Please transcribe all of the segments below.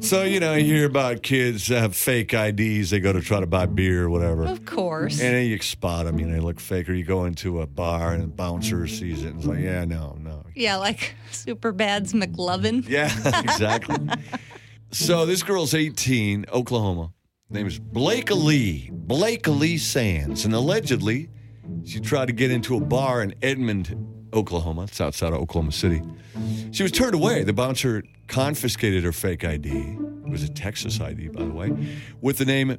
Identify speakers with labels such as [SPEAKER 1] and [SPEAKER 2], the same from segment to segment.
[SPEAKER 1] So, you know, you hear about kids that have fake IDs. They go to try to buy beer or whatever.
[SPEAKER 2] Of course.
[SPEAKER 1] And then you spot them, you know, they look fake. Or you go into a bar and the bouncer sees it and it's like, yeah, no, no.
[SPEAKER 2] yeah, like super bad's McLovin.
[SPEAKER 1] Yeah, exactly. so this girl's 18, Oklahoma. Name is Blake Lee. Blake Lee Sands. And allegedly, she tried to get into a bar in Edmond, Oklahoma. It's outside of Oklahoma City. She was turned away. The bouncer confiscated her fake ID. It was a Texas ID, by the way, with the name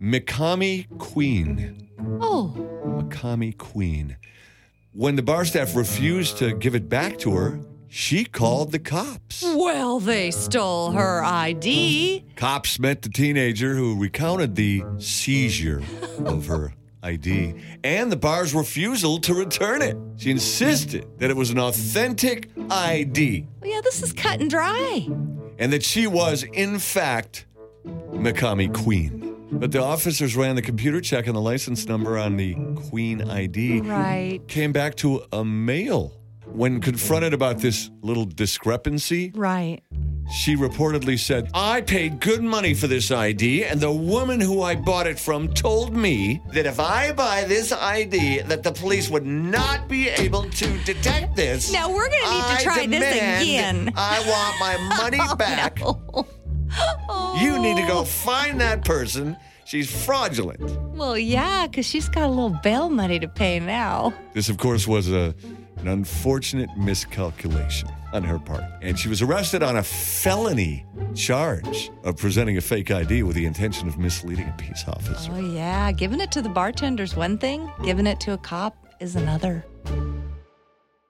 [SPEAKER 1] Mikami Queen.
[SPEAKER 2] Oh,
[SPEAKER 1] Makami Queen. When the bar staff refused to give it back to her, she called the cops.
[SPEAKER 2] well, they stole her ID.
[SPEAKER 1] Cops met the teenager who recounted the seizure of her ID and the bar's refusal to return it. She insisted that it was an authentic ID
[SPEAKER 2] Well, yeah, this is cut and dry.
[SPEAKER 1] and that she was, in fact, Mikami Queen. But the officers ran the computer check and the license number on the Queen ID.
[SPEAKER 2] Right.
[SPEAKER 1] came back to a male. When confronted about this little discrepancy,
[SPEAKER 2] Right.
[SPEAKER 1] she reportedly said, I paid good money for this ID, and the woman who I bought it from told me that if I buy this ID, that the police would not be able to detect this.
[SPEAKER 2] Now, we're gonna need
[SPEAKER 1] I
[SPEAKER 2] to try this
[SPEAKER 1] demand-
[SPEAKER 2] again." Oh,
[SPEAKER 1] I want my money back. You need to go find that person. She's fraudulent.
[SPEAKER 2] Oh. Well, yeah, because she's got a little bail money to pay now.
[SPEAKER 1] This, of course, was a, an unfortunate miscalculation on her part. And she was arrested on a felony charge of presenting a fake ID with the intention of misleading a peace officer.
[SPEAKER 2] Oh, yeah. Giving it to the bartender's one thing, giving it to a cop is another.